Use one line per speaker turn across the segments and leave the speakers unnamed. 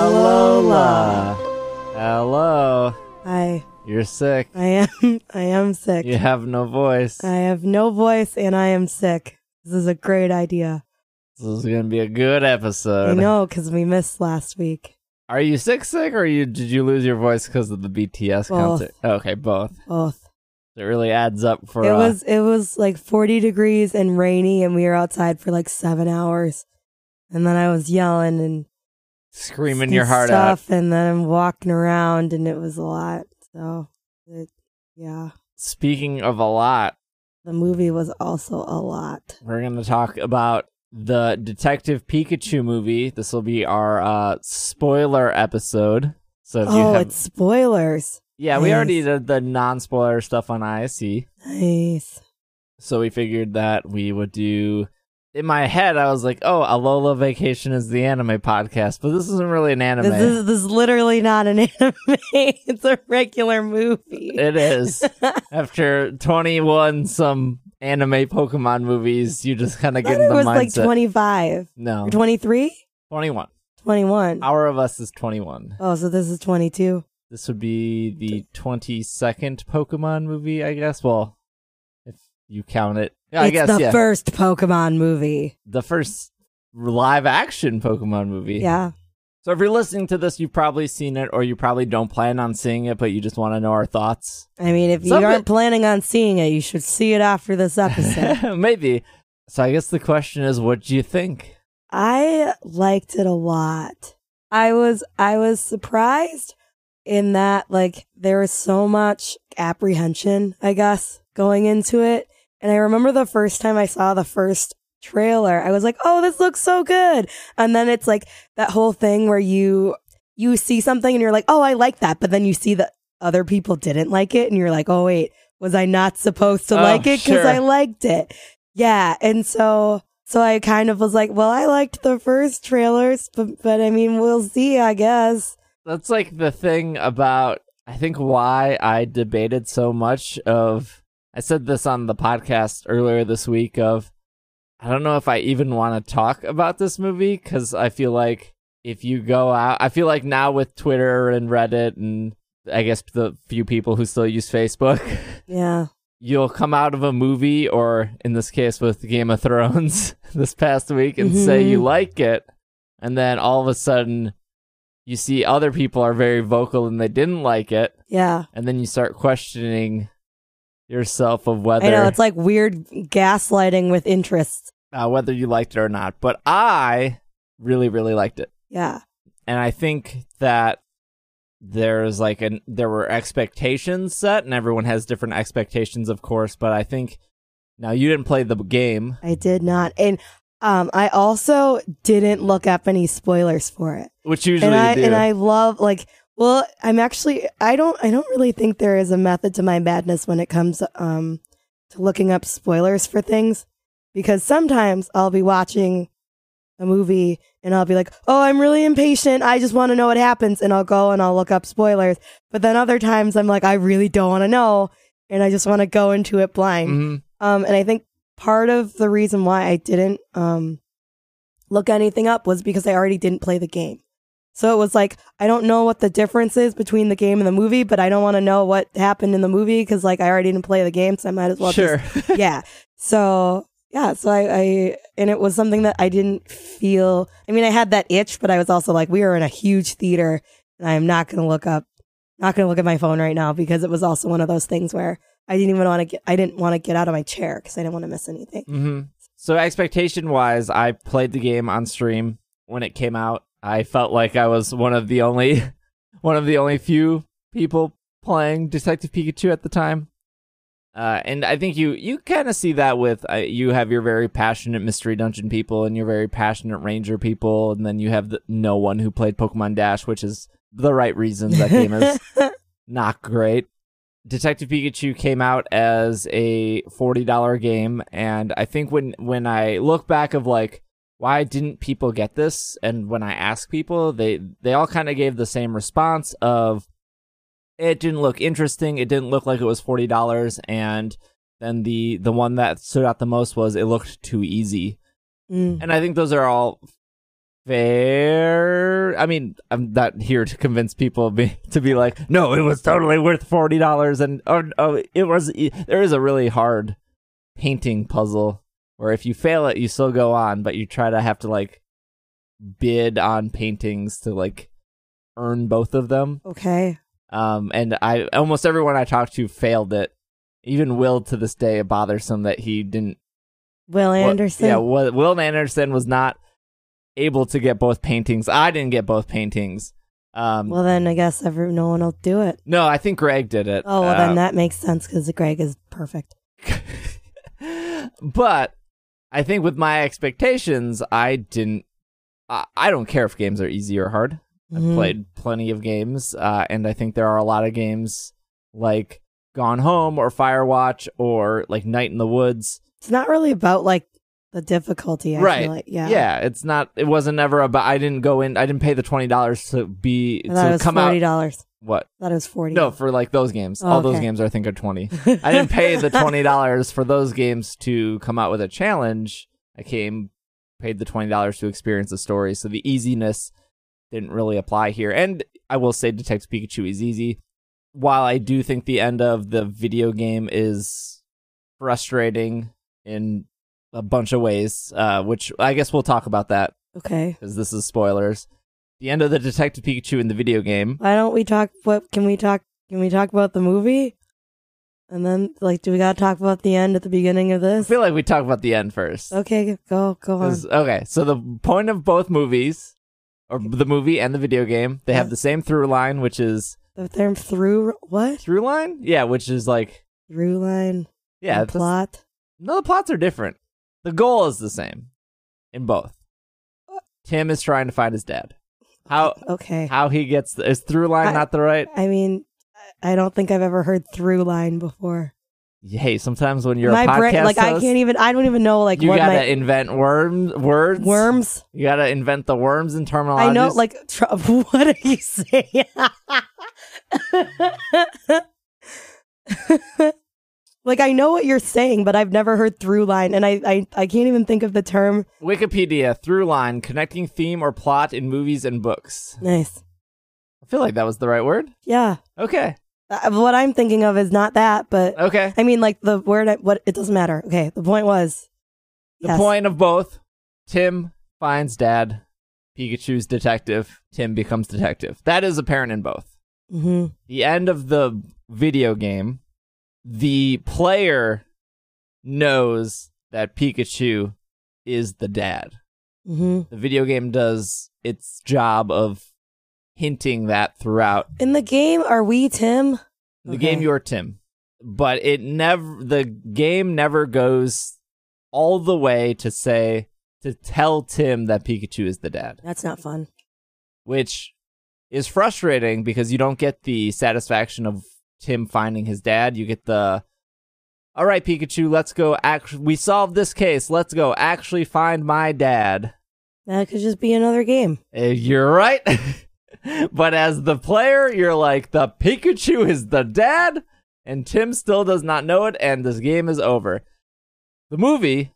Alola.
Hello.
I
You're sick.
I am I am sick.
You have no voice.
I have no voice and I am sick. This is a great idea.
This is gonna be a good episode.
I know because we missed last week.
Are you sick, sick, or you did you lose your voice because of the BTS
Both.
concert? Okay, both.
Oh,
It really adds up for
it
uh,
was it was like 40 degrees and rainy and we were outside for like 7 hours. And then I was yelling and
screaming
and
your heart out.
stuff and then I'm walking around and it was a lot. So it, yeah,
Speaking of a lot,
the movie was also a lot.
we're gonna talk about the Detective Pikachu movie. This will be our uh, spoiler episode. So if you
Oh,
have,
it's spoilers.
yeah, we already
nice.
did the non-spoiler stuff on E. ISC.
Nice.
So we figured that we would do. In my head, I was like, "Oh, Alola Vacation is the anime podcast," but this isn't really an anime.
This is this is literally not an anime. it's a regular movie.
it is. After twenty-one, some anime Pokemon movies, you just kind of
I
get
thought
in
it
the
was like
mindset. Oh.
25,
no,
23,
twenty-one.
21.
Hour of Us is twenty-one.
Oh, so this is 22.
This would be the twenty-second Pokemon movie, I guess. Well, if you count it, yeah, I
it's
guess
the
yeah,
first Pokemon movie.
the first live-action Pokemon movie.
Yeah.
So if you're listening to this, you've probably seen it, or you probably don't plan on seeing it, but you just want to know our thoughts.
I mean, if you
Some of
aren't
it-
planning on seeing it, you should see it after this episode.
Maybe. So I guess the question is, what do you think?
I liked it a lot. I was I was surprised in that like there was so much apprehension, I guess, going into it. And I remember the first time I saw the first trailer, I was like, "Oh, this looks so good." And then it's like that whole thing where you you see something and you're like, "Oh, I like that." But then you see that other people didn't like it and you're like, "Oh, wait, was I not supposed to
Oh,
like it cuz
sure.
I liked it?" Yeah, and so so I kind of was like, well, I liked the first trailers, but but I mean, we'll see, I guess.
That's like the thing about I think why I debated so much of I said this on the podcast earlier this week of I don't know if I even want to talk about this movie cuz I feel like if you go out I feel like now with Twitter and Reddit and I guess the few people who still use Facebook
Yeah.
you'll come out of a movie or in this case with Game of Thrones this past week and say
Mhm.
you like it and then all of a sudden you see other people are very vocal and they didn't like it
Yeah.
and then you start questioning yourself of whether
I know it's like weird gaslighting with interest.
uh, whether you liked it or not but I really really liked it
Yeah.
and I think that there's like an there were expectations set and everyone has different expectations of course but I think now you didn't play the game
I did not. And um I also didn't look up any spoilers for it.
which usually
and I
you do.
and I love like well, I'm actually I don't I don't really think there is a method to my madness when it comes um to looking up spoilers for things because sometimes I'll be watching a movie and I'll be like, "Oh, I'm really impatient. I just want to know what happens." And I'll go and I'll look up spoilers. But then other times I'm like, "I really don't want to know." And I just want to go into it blind.
Mhm.
Um, and I think part of the reason why I didn't um, look anything up was because I already didn't play the game. So it was like, I don't know what the difference is between the game and the movie, but I don't want to know what happened in the movie because, like, I already didn't play the game, so I might as well just
sure.
yeah. So yeah, so I, I and it was something that I didn't feel. I mean, I had that itch, but I was also like, we are in a huge theater, and I am not going to look up, not going to look at my phone right now because it was also one of those things where I didn't even want to get, I didn't want to get out of my chair because I didn't want to miss anything.
hmm So expectation wise, I played the game on stream when it came out. I felt like I was one of the only one of the only few people playing Detective Pikachu at the time. Uh, and I think you you kind of see that with uh, you have your very passionate mystery dungeon people and your very passionate ranger people, and then you have the, no one who played Pokemon Dash, which is the right reasons that game is not great. Detective Pikachu came out as a $40 game and I think when when I look back of like why didn't people get this and when I ask people they they all kind of gave the same response of it didn't look interesting, it didn't look like it was $40 and then the the one that stood out the most was it looked too easy.
Mm.
And I think those are all fair. I mean, I'm not here to convince people of me- to be like, no, it was totally worth forty dollars, and oh, oh, it was. There is a really hard painting puzzle where if you fail it, you still go on, but you try to have to like bid on paintings to like earn both of them.
Okay.
Um, and I almost everyone I talked to failed it. Even Will to this day bothers him that he didn't
Will
Will-
Anderson.
yeah, Will, Will Anderson was not able to get both paintings. I didn't get both paintings. Um,
well, then I guess every, no one will do it.
no, I think Greg did it.
Oh, well,
Um,
then that makes sense because Greg is perfect.
but I think with my expectations, I didn't. I, I don't care if games are easy or hard. I've
Mhm.
played plenty of games, uh, and I think there are a lot of games like Gone Home or Firewatch or like Night in the Woods
It's not really about like the difficulty. I
Right.
Feel like. Yeah.
it's not. It wasn't ever about. I didn't go in. I didn't pay the twenty dollars to be
I thought it
to
was
come
forty
out.
dollars.
What?
I thought it was forty.
No, for like those games.
Oh,
All those
okay.
games, I think, are twenty. I didn't pay the twenty dollars for those games to come out with a challenge. I came, paid the twenty dollars to experience the story. So the easiness didn't really apply here. And I will say, Detective Pikachu is easy. While I do think the end of the video game is frustrating in a bunch of ways, uh, which I guess we'll talk about that
okay.
because this is spoilers. The end of the Detective Pikachu in the video game.
Why don't we talk? What can we talk? Can we talk about the movie? And then, like, do we gotta talk about the end at the beginning of
I
this?
feel like we talk about the end first.
Okay, go go on.
'Cause- okay, so the point of both movies, or the movie and the video game, they have
Yeah.
the same through line, which is
The term through what
through line. Yeah, which is like
through line?
yeah,
and
that's-
plot.
No, the plots are different. The goal is the same in both. Tim is trying to find his dad. How
Okay.
how he gets the, is through line
I-
not the right?
I mean, I I don't think I've ever heard through line before.
Hey, sometimes when you're
my
a podcast
brain, like, I
host,
can't even. I don't even know like
you
what
gotta
my
invent worm, words.
worms.
You gotta invent the worms and terminology.
I know, like, tr- what are you saying? like, I know what you're saying, but I've never heard through line, and I, I, I can't even think of the term.
Wikipedia through line connecting theme or plot in movies and books.
Nice.
I feel like that was the right word.
Yeah.
Okay,
Uh, what I'm thinking of is not that, but
okay.
I mean, like, the word, I, what, it doesn't matter. Okay. The point was
The
Yes.
point of both: Tim finds dad, Pikachu's detective. Tim becomes detective. That is apparent in both.
hmm
The end of the video game, the player knows that Pikachu is the dad.
hmm
The video game does its job of hinting that throughout
in the game, are we Tim?
the
Okay.
game you're Tim, but it never the game never goes all the way to say to tell Tim that Pikachu is the dad,
That's not fun.
which is frustrating because you don't get the satisfaction of Tim finding his dad. You get the all right, Pikachu, let's go. Act- we solved this case. Let's go actually find my dad.
That could just be another game.
Uh, You're right. but as the player, you're like, the Pikachu is the dad, and Tim still does not know it, and this game is over. The movie,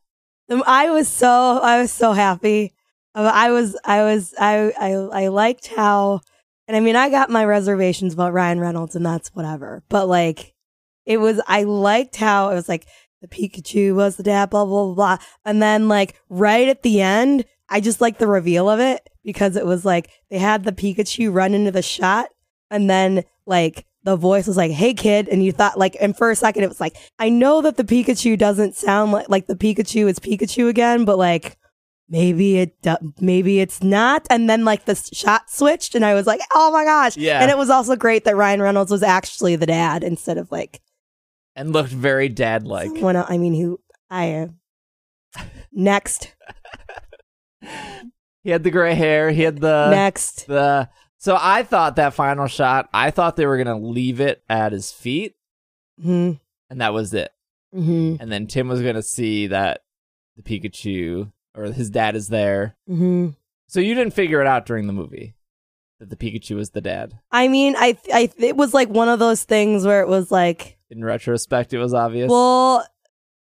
Um, I was so I was so happy. Uh, I was I was I I I liked how and I mean I got my reservations about Ryan Reynolds and that's whatever. But like it was I liked how it was like the Pikachu was the dad blah blah blah, blah. and then like right at the end I just like the reveal of it because it was like they had the Pikachu run into the shot and then like the voice was like, "Hey kid," and you thought like, and for a second it was like, I know that the Pikachu doesn't sound like like the Pikachu is Pikachu again, but like maybe it do- maybe it's not. And then like the s- shot switched, and I was like, "Oh my gosh!"
Yeah.
And it was also great that Ryan Reynolds was actually the dad instead of like
and looked very dad like.
someone el- I mean, who I am. Next,
He had the gray hair, he had the.
next.
the so I thought that final shot, I thought they were going to leave it at his feet,
hmm
and that was it.
hmm
And then Tim was going to see that the Pikachu or his dad is there.
hmm
So you didn't figure it out during the movie that the Pikachu was the dad.
I mean, I, I, it was like one of those things where it was like,
in retrospect it was obvious
Well,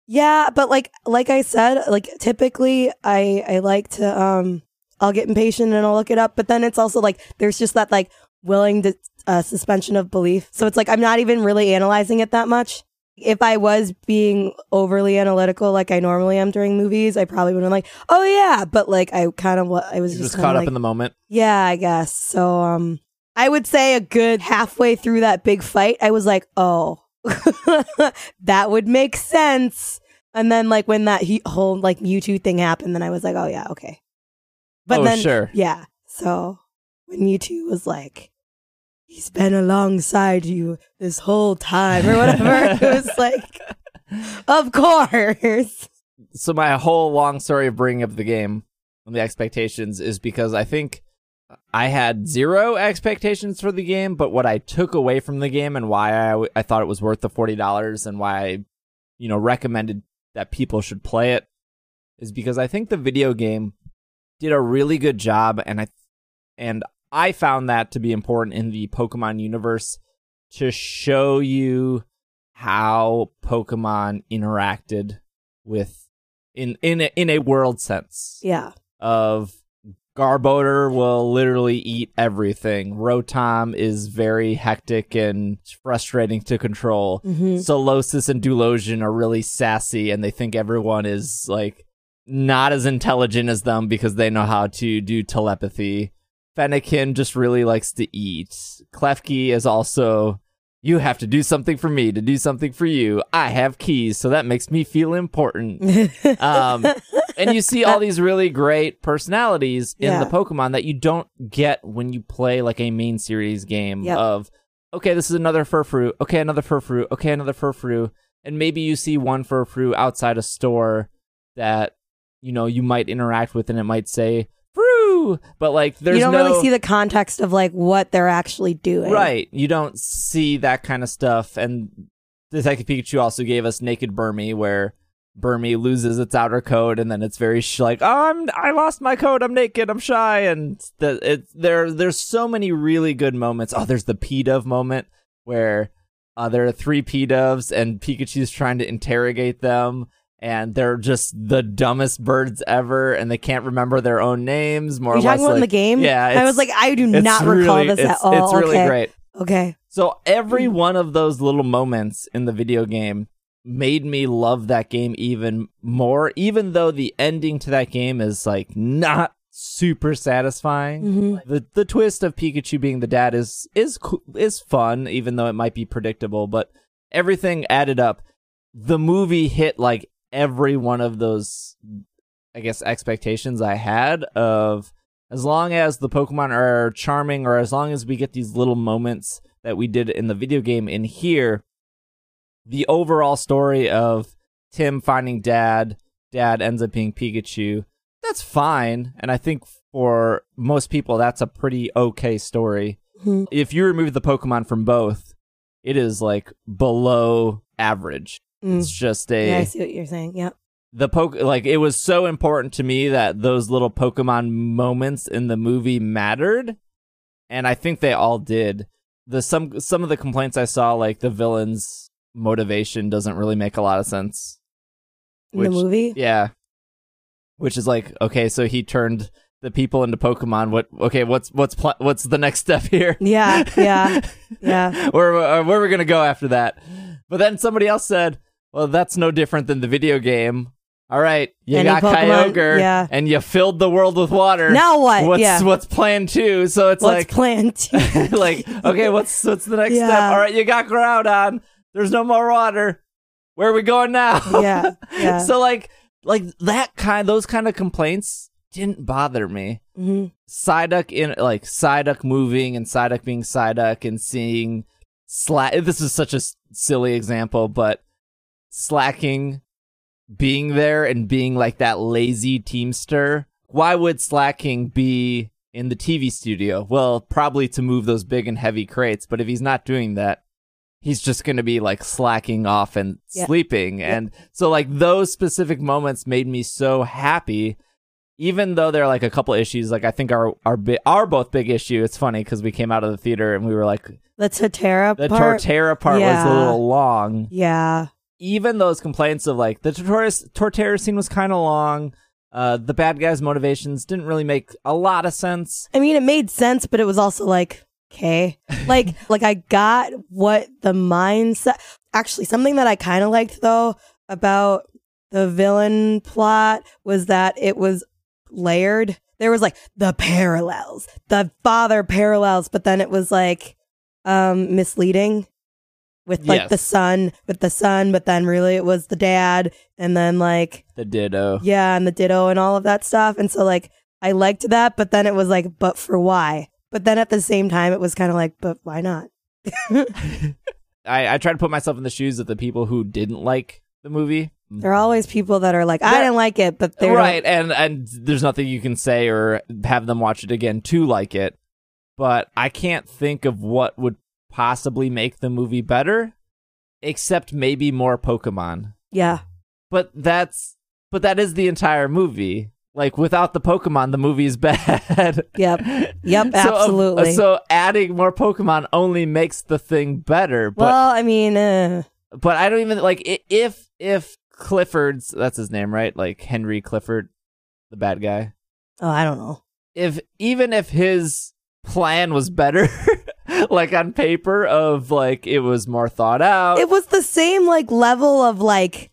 yeah, but like like I said, like typically I I like to um I'll get impatient and I'll look it up. But then it's also like there's just that like willing to, uh, suspension of belief. So it's like I'm not even really analyzing it that much. If I was being overly analytical like I normally am during movies, I probably would have been like, oh yeah. But like I kind of I was
You're
just,
just
kinda
caught
like,
up in the moment.
yeah, I guess. So um I would say a good halfway through that big fight, I was like, "Oh, that would make sense." And then like when that he- whole like Mewtwo thing happened, then I was like, "Oh yeah, okay." But
oh
then
sure.
yeah. So when Mewtwo was like, "He's been alongside you this whole time" or whatever, it was like, "Of course."
so my whole long story of bringing up the game and the expectations is because I think I had zero expectations for the game, but what I took away from the game and why I, w- I thought it was worth the forty dollars and why I, you know, recommended that people should play it is because I think the video game did a really good job, and I and I found that to be important in the Pokemon universe to show you how Pokemon interacted with in in a, in a world sense
Yeah.
of Garboder will literally eat everything. Rotom is very hectic and frustrating to control.
Mhm.
Solosis and Dulosion are really sassy and they think everyone is like not as intelligent as them because they know how to do telepathy. Fennekin just really likes to eat. Klefki is also you have to do something for me to do something for you. I have keys, so that makes me feel important.
Mm-hmm.
Um, and you see all these really great personalities in
Yeah.
the Pokemon that you don't get when you play like a main series game
Yep.
of, okay, this is another Furfru, okay, another Furfru, okay, another Furfru, and maybe you see one Furfru outside a store that you know you might interact with, and it might say Fru, but like there's
you don't
no
really see the context of like what they're actually doing.
Right. You don't see that kind of stuff. And Detective Pikachu also gave us Naked Burmy, where Burmy loses its outer coat, and then it's very sh- like, oh, I'm I lost my coat. I'm naked. I'm shy. And the, it there there's so many really good moments. Oh, there's the P Dove moment where uh, there are three P Doves, and Pikachu's trying to interrogate them. And they're just the dumbest birds ever, and they can't remember their own names. More
Are you
or less,
talking about in the
like-
game?
Yeah,
I
it's-
was like, I do
it's
not recall
really-
this at
it's-
all.
It's really
okay.
great.
Okay.
So every one of those little moments in the video game made me love that game even more, even though the ending to that game is like not super satisfying.
hmm
The the twist of Pikachu being the dad is is coo- is fun, even though it might be predictable. But everything added up, the movie hit like every one of those, I guess, expectations I had of as long as the Pokemon are charming, or as long as we get these little moments that we did in the video game in here, the overall story of Tim finding dad, dad ends up being Pikachu. That's fine, and I think for most people that's a pretty okay story.
Mhm.
If you remove the Pokemon from both, it is like below average.
Mm.
It's just a
Yeah, I see what you're saying. Yep.
the poke like it was so important to me that those little pokemon moments in the movie mattered and i think they all did the some some of the complaints i saw like the villain's motivation doesn't really make a lot of sense
In
Which-
the movie.
yeah which is like okay so he turned the people into pokemon what okay what's what's pl- what's the next step here
Yeah. Yeah. Yeah.
where uh, where are we gonna go after that? But then somebody else said, "Well, that's no different than the video game. All right, you
Any
got
Pokemon,
Kyogre,
yeah.
and you filled the world with water.
Now what?
What's
yeah.
what's plan two? So it's
What's Mm-hmm.
like,
plan two?
like okay, what's what's the next
Yeah.
step? All right, you got Groudon. There's no more water. Where are we going now?
yeah. Yeah.
so like like that kind those kind of complaints didn't bother me.
Mhm.
Psyduck in like Psyduck moving and Psyduck being Psyduck and seeing slack. This is such a s- silly example, but slacking, being there and being like that lazy teamster. Why would slacking be in the TV studio? Well, probably to move those big and heavy crates. But if he's not doing that, he's just going to be like slacking off and
Yeah.
sleeping. And so, like those specific moments made me so happy even though there are like a couple issues, like I think our our bi- our both big issue. It's funny because we came out of the theater and we were like,
The Tatera
the
part.
Torterra part was
yeah.
a little long.
yeah.
Even those complaints of like the Torterra Torterra scene was kind of long. Uh, the bad guy's motivations didn't really make a lot of sense.
I mean, it made sense, but it was also like, okay, like, like I got what the mindset. Actually, something that I kind of liked though about the villain plot was that it was layered. There was like the parallels, the father parallels, but then it was like um misleading with like
Yes.
the son, with the son, but then really it was the dad, and then like
The ditto.
yeah, and the ditto and all of that stuff. And so like I liked that, but then it was like, but for why? But then at the same time, it was kind of like, but why not?
I, I try to put myself in the shoes of the people who didn't like the movie.
There are always people that are like, I
There-
didn't like it, but they're
right, and and there's nothing you can say or have them watch it again to like it. But I can't think of what would possibly make the movie better, except maybe more Pokemon.
Yeah,
But that's but that is the entire movie. Like without the Pokemon, the movie is bad.
yep, yep,
So, uh,
absolutely.
so adding more Pokemon only makes the thing better. But
well, I mean, uh,
but I don't even like i- if if Clifford's that's his name, right? Like Henry Clifford, the bad guy.
oh, I don't know.
If even if his plan was better, like on paper, of like it was more thought out.
It was the same like level of like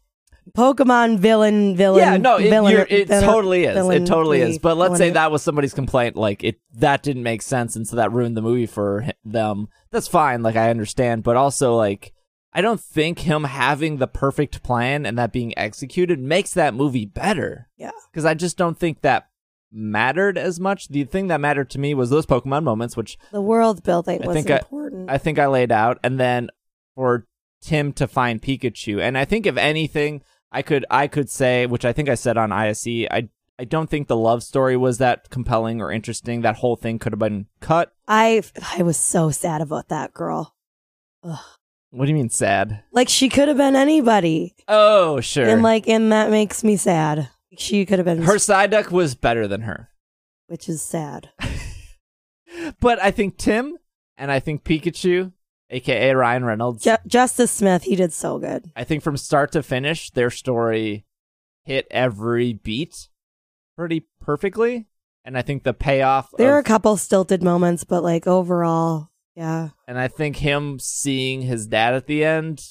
Pokemon villain, villain,
yeah, no, it,
villain,
you're, it
villain-
totally is.
villain-
it totally is. But let's say
villain-
that was somebody's complaint, like it that didn't make sense, and so that ruined the movie for hi- them. That's fine. Like I understand, but also like I don't think him having the perfect plan and that being executed makes that movie better.
Yeah.
because I just don't think that mattered as much. The thing that mattered to me was those Pokemon moments, which
the world building
I
was
think I-
important.
I think I laid out, and then for Tim to find Pikachu. And I think if anything, I could I could say, which I think I said on ISE, I I don't think the love story was that compelling or interesting. That whole thing could have been cut.
I I was so sad about that girl.
What do you mean sad?
Like she could have been anybody.
Oh, sure.
And like, and that makes me sad. She could have been,
her Psyduck was better than her.
which is sad.
But I think Tim and I think Pikachu, aka Ryan Reynolds,
Ju- Justice Smith, he did so good.
I think from start to finish, their story hit every beat pretty perfectly. And I think the payoff
There are
of-
a couple stilted moments, but like overall, yeah.
and I think him seeing his dad at the end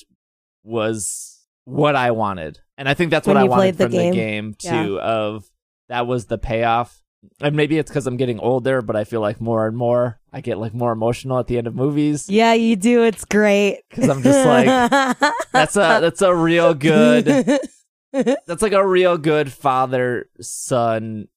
was what I wanted, and I think that's
When
what I
you
wanted
played the
from
game?
the game
Yeah.
too. Of that was the payoff, and maybe it's because I'm getting older, but I feel like more and more I get like more emotional at the end of movies
Yeah, you do. It's great.
'Cause I'm just like, that's a that's a real good that's like a real good father son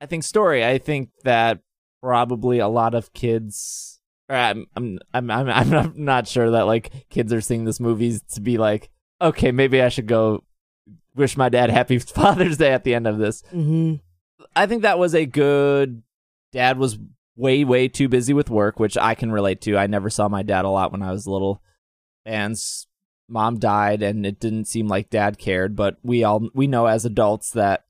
i think story i think that probably a lot of kids or I'm, I'm i'm i'm i'm not- not sure that like kids are seeing this movies to be like okay maybe i should go wish my dad happy father's day at the end of this
hmm
i think that was a good dad was way way too busy with work which i can relate to i never saw my dad a lot when i was little and s- mom died and it didn't seem like dad cared but we all we know as adults that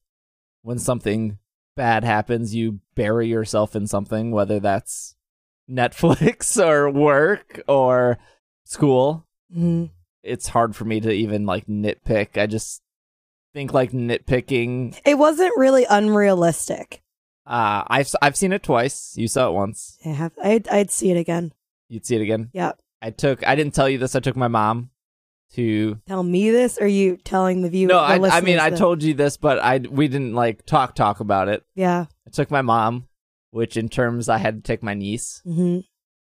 when something bad happens you bury yourself in something whether that's netflix or work or school
hmm
it's hard for me to even like nitpick i just think like nitpicking
It wasn't really unrealistic.
uh i've s- i've seen it twice you saw it once
I have, I'd, I'd see it again.
You'd see it again.
Yeah.
I took. I didn't tell you this. I took my mom to.
Tell me this, or you telling the viewer?
No,
the
I. I
listeners
mean, I
this?
told you this, but I we didn't like talk talk about it.
Yeah.
I took my mom, which in terms I had to take my niece
hmm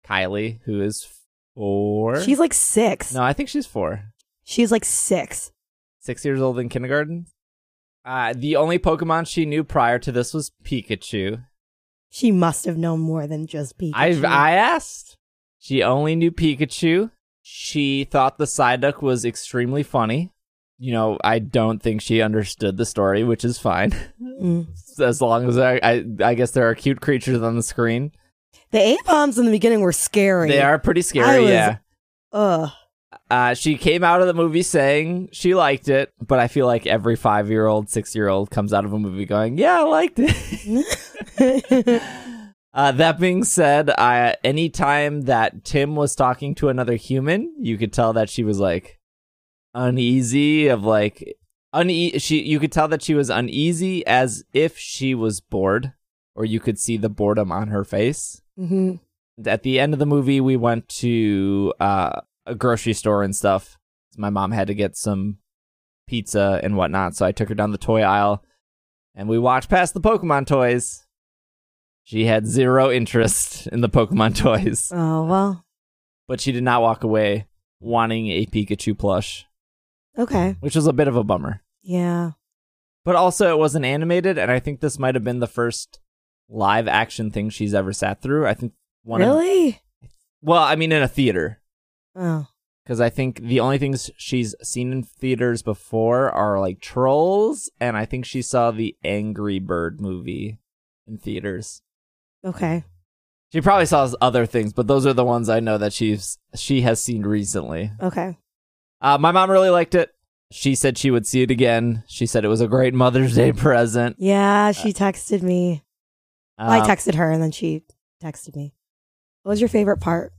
Kylie, who is four.
She's like six.
no, I think she's four,
She's like six.
six years old in kindergarten. Uh, the only Pokemon she knew prior to this was Pikachu.
She must have known more than just Pikachu.
I I asked. She only knew Pikachu. She thought the Psyduck was extremely funny. You know, I don't think she understood the story, which is fine.
Mm.
as long as I, I, I guess there are cute creatures on the screen.
The A bombs in the beginning were scary.
They are pretty
I
scary.
was-
Yeah.
Ugh.
Uh, she came out of the movie saying she liked it, but I feel like every five year old, six year old comes out of a movie going, "Yeah, I liked it." Uh, that being said, I, anytime that Tim was talking to another human, you could tell that she was like uneasy of like, Une- she you could tell that she was uneasy as if she was bored or you could see the boredom on her face.
hmm
At the end of the movie we went to uh, a grocery store and stuff. My mom had to get some pizza and whatnot, so I took her down the toy aisle and we walked past the Pokemon toys. She had zero interest in the Pokemon toys
Oh well.
but she did not walk away wanting a Pikachu plush,
Okay.
which was a bit of a bummer.
Yeah.
But also, it wasn't animated, and I think this might have been the first live action thing she's ever sat through. I think one of-
really?
well, I mean, in a theater,
Oh.
because I think the only things she's seen in theaters before are like Trolls, and I think she saw the Angry Bird movie in theaters.
Okay.
She probably saw other things, but those are the ones I know that she's she has seen recently.
Okay.
Uh, my mom really liked it. She said she would see it again. She said it was a great Mother's Day present.
Yeah. She texted me. Well, I
Uh, Um,
texted her, and then she texted me. What was your favorite part?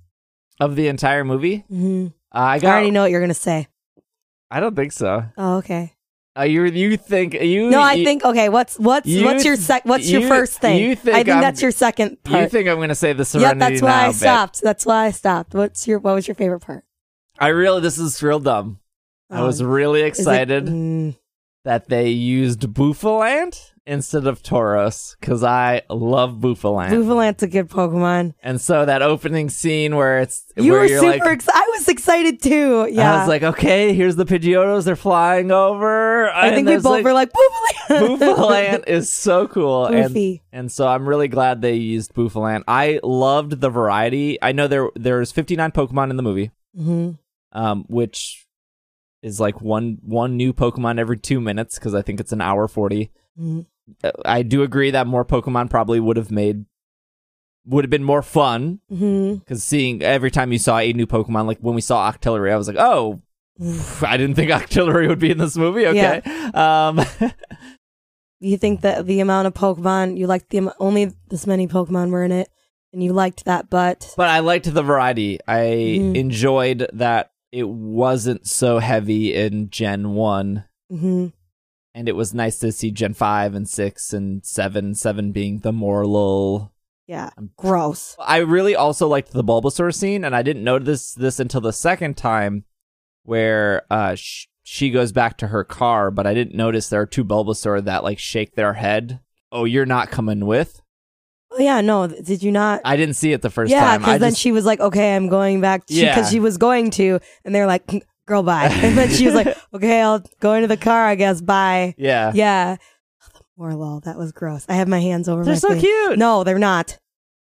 of the entire movie.
hmm
Uh, I
I
got.
already know what you're gonna say.
I don't think so.
Oh, okay.
Uh, you you think you?
No, I
you-
think okay. What's what's
you
what's your sec- what's your
you-
first thing?
you think
I think
I'm-
that's your second
you
part.
think I'm going to say the
yep,
Serenity
that's why
now,
I
but
stopped. That's why I stopped. What's your what was your favorite part?
I really this is real dumb. I was
Um,
really
is it-
excited
mm,
that they used Boofalant instead of Tauros because I love Boofalant.
Boovalant's a good Pokemon.
and so that opening scene where it's
You
where
were
you're
super
like,
excited. I was excited too. Yeah.
I was like, okay, here's the Pidgeotos. They're flying over.
I think we both were like, Boovalant.
Boofalant is so cool. And,
Boofy.
and so I'm really glad they used Boofalant. I loved the variety. I know there there's 59 Pokemon in the movie,
hmm
um, which is like one one new Pokemon every two minutes because I think it's an hour 40.
Mhm.
Uh, I do agree that more Pokemon probably would have made would have been more fun
hmm
because seeing every time you saw a new Pokemon, like when we saw Octillery, I was like, oh,
Mm-hmm.
I didn't think Octillery would be in this movie. Okay. Um,
You think that the amount of Pokemon you liked the am- only this many Pokemon were in it, and you liked that, but
but I liked the variety. I
Mhm.
enjoyed that it wasn't so heavy in Gen 1.
hmm
And it was nice to see Gen 5 and 6 and 7, 7 being the more lull.
yeah, gross.
I really also liked the Bulbasaur scene, and I didn't notice this until the second time where uh, sh- she goes back to her car, but I didn't notice there are two Bulbasaur that like shake their head. Oh, you're not coming with?
Oh yeah, no. th- Did you not?
I didn't see it the first
yeah,
time. I
because then
just-
she was like, "Okay, I'm going back," because
Yeah.
she was going to, and they're like, "Girl, bye." And then she was like, "Okay, I'll go into the car, I guess. Bye."
yeah.
Yeah, Morlul, that was gross. I have my hands over
They're
my
so
face.
cute. Oh,
No, they're not.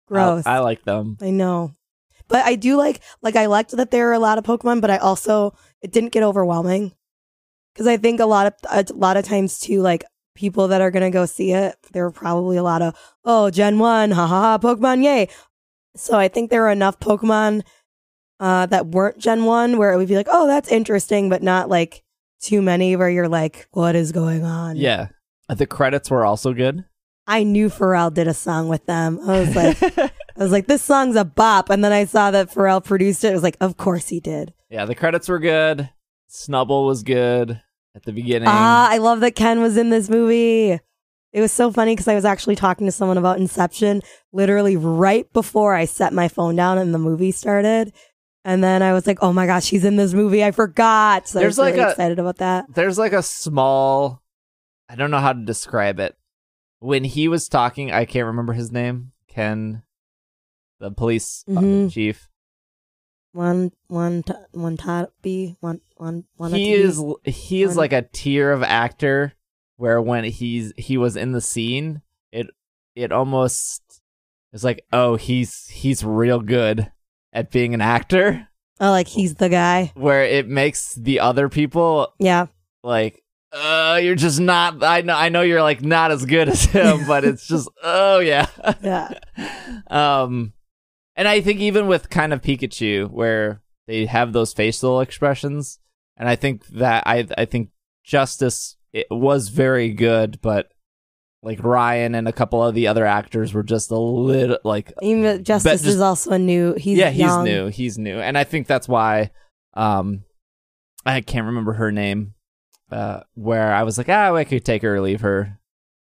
Gross.
I, I
I,
like them.
know, but I do like like I liked that there are a lot of Pokemon, but I also it didn't get overwhelming because I think a lot of a lot of times too, like people that are gonna go see it, there were probably a lot of oh Gen One, ha ha ha, Pokemon, yay. So I think there were enough Pokemon uh, that weren't Gen One where it would be like, oh, that's interesting, but not like too many where you're like, what is going on?
Yeah. Uh, The credits were also good.
I knew Pharrell did a song with them. I was like. I was like, this song's a bop. And then I saw that Pharrell produced it. I was like, of course he did.
yeah, the credits were good. Snubble was good at the beginning.
Ah, I love that Ken was in this movie. It was so funny because I was actually talking to someone about Inception literally right before I set my phone down and the movie started. And then I was like, oh my gosh, he's in this movie. I forgot. So
There's
I was really
like a-
excited about that.
There's like a small I don't know how to describe it. When he was talking, I can't remember his name. Ken the police uh,
Mhm.
chief.
One, one, t- one, top B, one, one, one.
He is he is
One-
like a tier of actor where when he's he was in the scene, it it almost is like, "Oh, he's he's real good at being an actor."
Oh, like he's the guy.
where it makes the other people
Yeah.
like uh you're just not I know I know you're like not as good as him but it's just oh yeah
Yeah.
um and I think even with kind of Pikachu where they have those facial expressions and I think that I I think Justice it was very good but like Ryan and a couple of the other actors were just a little like
Even Justice
just-
is also a new. He's
yeah, he's
young.
new. He's new, and I think that's why. Um, I can't remember her name. uh, where I was like, ah, I could take her or leave her.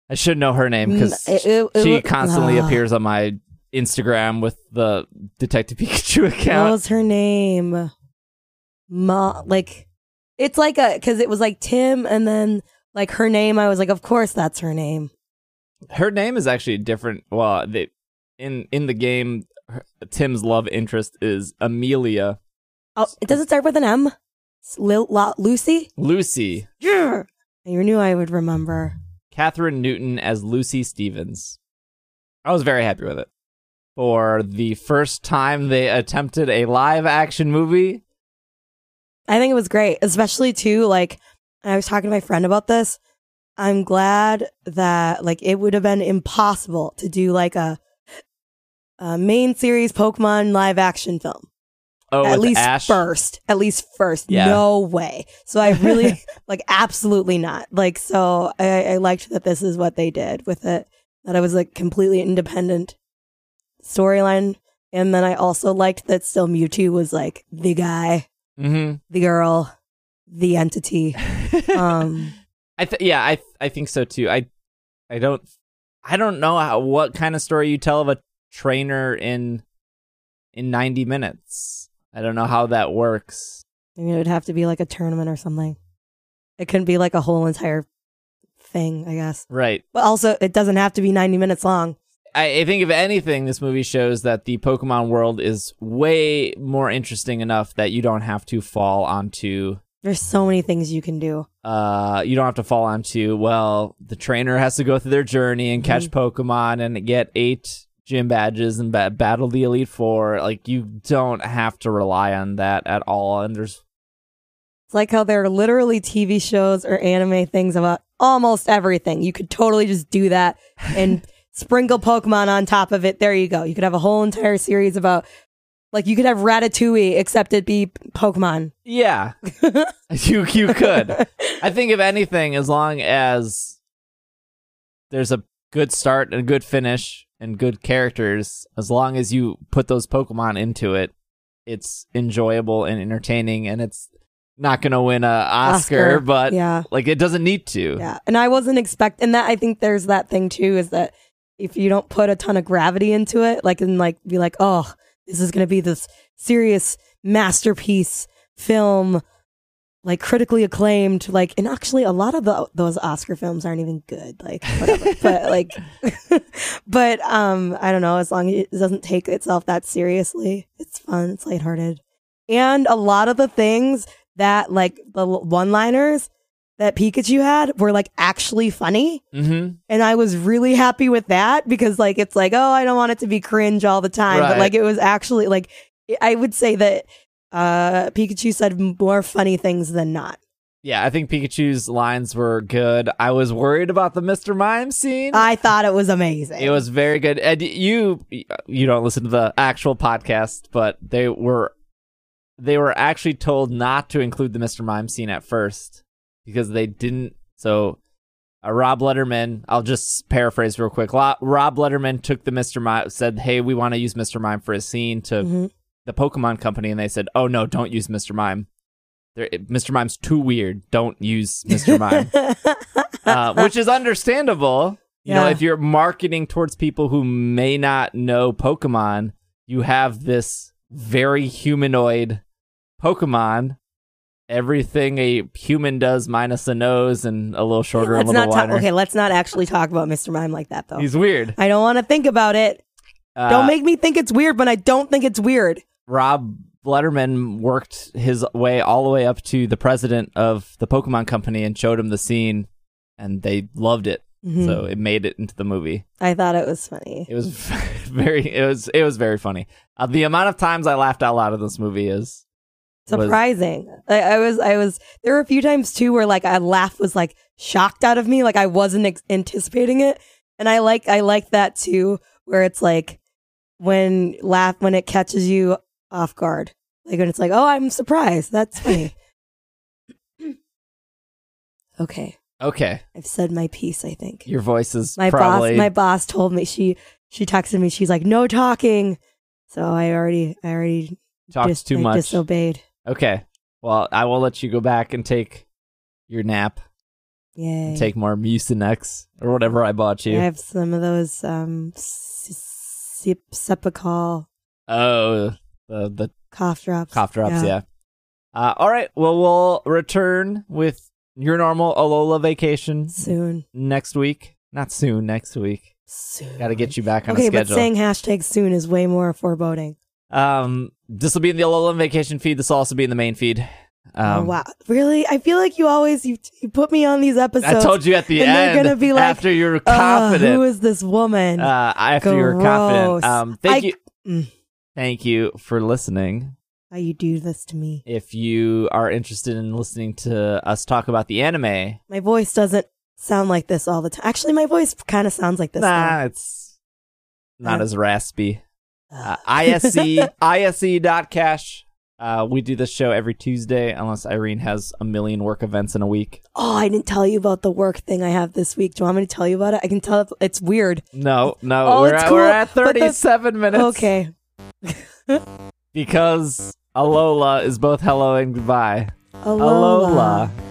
I should know her name because
Mm, it- it- it
she
wa-
constantly
Ah.
appears on my Instagram with the Detective Pikachu
What
account.
was her name? Ma, like, it's like a, cause it was like Tim and then like her name. I was like, of course that's her name.
her name is actually different. Well, they, in in the game, her, Tim's love interest is Amelia
Oh, it doesn't start with an M. It's Lil, La, Lucy?
Lucy.
Yeah. You knew I would remember.
Catherine Newton as Lucy Stevens. I was very happy with it. For the first time they attempted a live action movie,
I think it was great, especially too. Like, I was talking to my friend about this. I'm glad that like it would have been impossible to do like a, a main series Pokemon live action film.
oh,
at
with
least
Ash.
first, at least first,
Yeah.
no way. So I really like absolutely not. Like, so I, I liked that this is what they did with it. That it was like completely independent storyline, and then I also liked that still Mewtwo was like the guy
hmm
the girl, the entity. Um,
I th- yeah, I I think so too. I I don't I don't know how, what kind of story you tell of a trainer in in 90 minutes. I don't know how that works.
I mean, it would have to be like a tournament or something. It couldn't be like a whole entire thing, I guess.
Right.
But also, it doesn't have to be 90 minutes long.
I, I think if anything, this movie shows that the Pokemon world is way more interesting enough that you don't have to fall onto
There's so many things you can do.
uh you don't have to fall onto well the trainer has to go through their journey and catch pokemon and get eight gym badges and ba- battle the elite four like you don't have to rely on that at all and there's
It's like how there are literally TV shows or anime things about almost everything. You could totally just do that and sprinkle Pokemon on top of it. There you go. You could have a whole entire series about, like, you could have Ratatouille, except it'd be Pokemon.
yeah you you could i think if anything as long as there's a good start and a good finish and good characters as long as you put those pokemon into it it's enjoyable and entertaining and it's not gonna win a oscar,
Oscar,
but
yeah.
Like it doesn't need to.
Yeah. And I wasn't expect and that I think there's that thing too is that if you don't put a ton of gravity into it, like and like be like, oh, this is gonna be this serious masterpiece film, like critically acclaimed, like and actually a lot of the, those Oscar films aren't even good, like whatever. but like but um I don't know, as long as it doesn't take itself that seriously, it's fun, it's lighthearted. And a lot of the things that like the one liners that Pikachu had were like actually funny.
hmm
And I was really happy with that because like it's like, oh, I don't want it to be cringe all the time.
Right.
But like it was actually like I would say that uh Pikachu said more funny things than not.
Yeah, I think Pikachu's lines were good. I was worried about the Mr. Mime scene.
I thought it was amazing.
it was very good. And you you don't listen to the actual podcast, but they were they were actually told not to include the Mr. Mime scene at first because they didn't. So uh, Rob Letterman, I'll just paraphrase real quick. Lo- Rob Letterman took the Mr. Mime said, "Hey, we want to use Mr. Mime for a scene to
Mhm.
the Pokemon company and they said, "Oh no, don't use Mr. Mime. There, Mr. Mime's too weird. Don't use Mr. Mime," uh, which is understandable. You know,
Yeah.
if you're marketing towards people who may not know Pokemon, you have this very humanoid Pokemon. Everything a human does, minus a nose and a little shorter, and
let's
a little
not talk
wider.
okay, let's not actually talk about Mr. Mime like that though.
He's weird.
I don't want to think about it.
Uh,
don't make me think it's weird when I don't think it's weird.
Rob Letterman worked his way all the way up to the president of the Pokemon company and showed him the scene, and they loved it.
Mhm.
So it made it into the movie.
I thought it was funny.
It was very, it was, it was very funny. Uh, the amount of times I laughed out loud in this movie is was-
surprising. I, I was, I was. There were a few times too where like a laugh was like shocked out of me, like I wasn't ex- anticipating it, and I like, I like that too, where it's like when laugh when it catches you off guard, like when it's like, oh, I'm surprised. That's funny. okay,
okay.
I've said my piece. I think
Your voice is
my
probably
boss, my boss told me she she texted me. She's like, no talking. So I already, I already
talks
dis-
too
I
much.
disobeyed.
okay. Well, I will let you go back and take your nap
Yay.
and take more Mucinex or whatever I bought
I
you.
have some of those um s- s- Sepacol
Oh, the the
cough drops.
cough drops. Yeah. Uh, all right. Well, we'll return with your normal Alola vacation
Soon.
next week. Not soon. Next week.
Soon.
Got to get you back on
Okay,
a
but
schedule.
saying hashtag soon is way more foreboding.
um, this will be in the Alolan vacation feed. This will also be in the main feed. Um,
oh wow, really? I feel like you always you, you put me on these episodes.
I told you at the
and they're
end.
gonna be like,
after you're
"Ugh, who
confident.
is this woman?
uh, after you're
Gross.
confident. Um, thank
I-
you.
Mm.
Thank you for listening.
How you do this to me?
If you are interested in listening to us talk about the anime,
My voice doesn't sound like this all the time. Actually, my voice kind of sounds like this.
nah, it's not
Uh,
as raspy.
now.
Uh, ISE, ISE.cash. E Uh, we do this show every Tuesday, unless Irene has a million work events in a week.
oh, I didn't tell you about the work thing I have this week. Do you want me to tell you about it? I can tell it- it's weird.
No, no,
Oh,
we're,
it's
at, we're
cool,
at
but the-
37 minutes.
okay.
Because Alola is both hello and goodbye.
Alola.
Alola.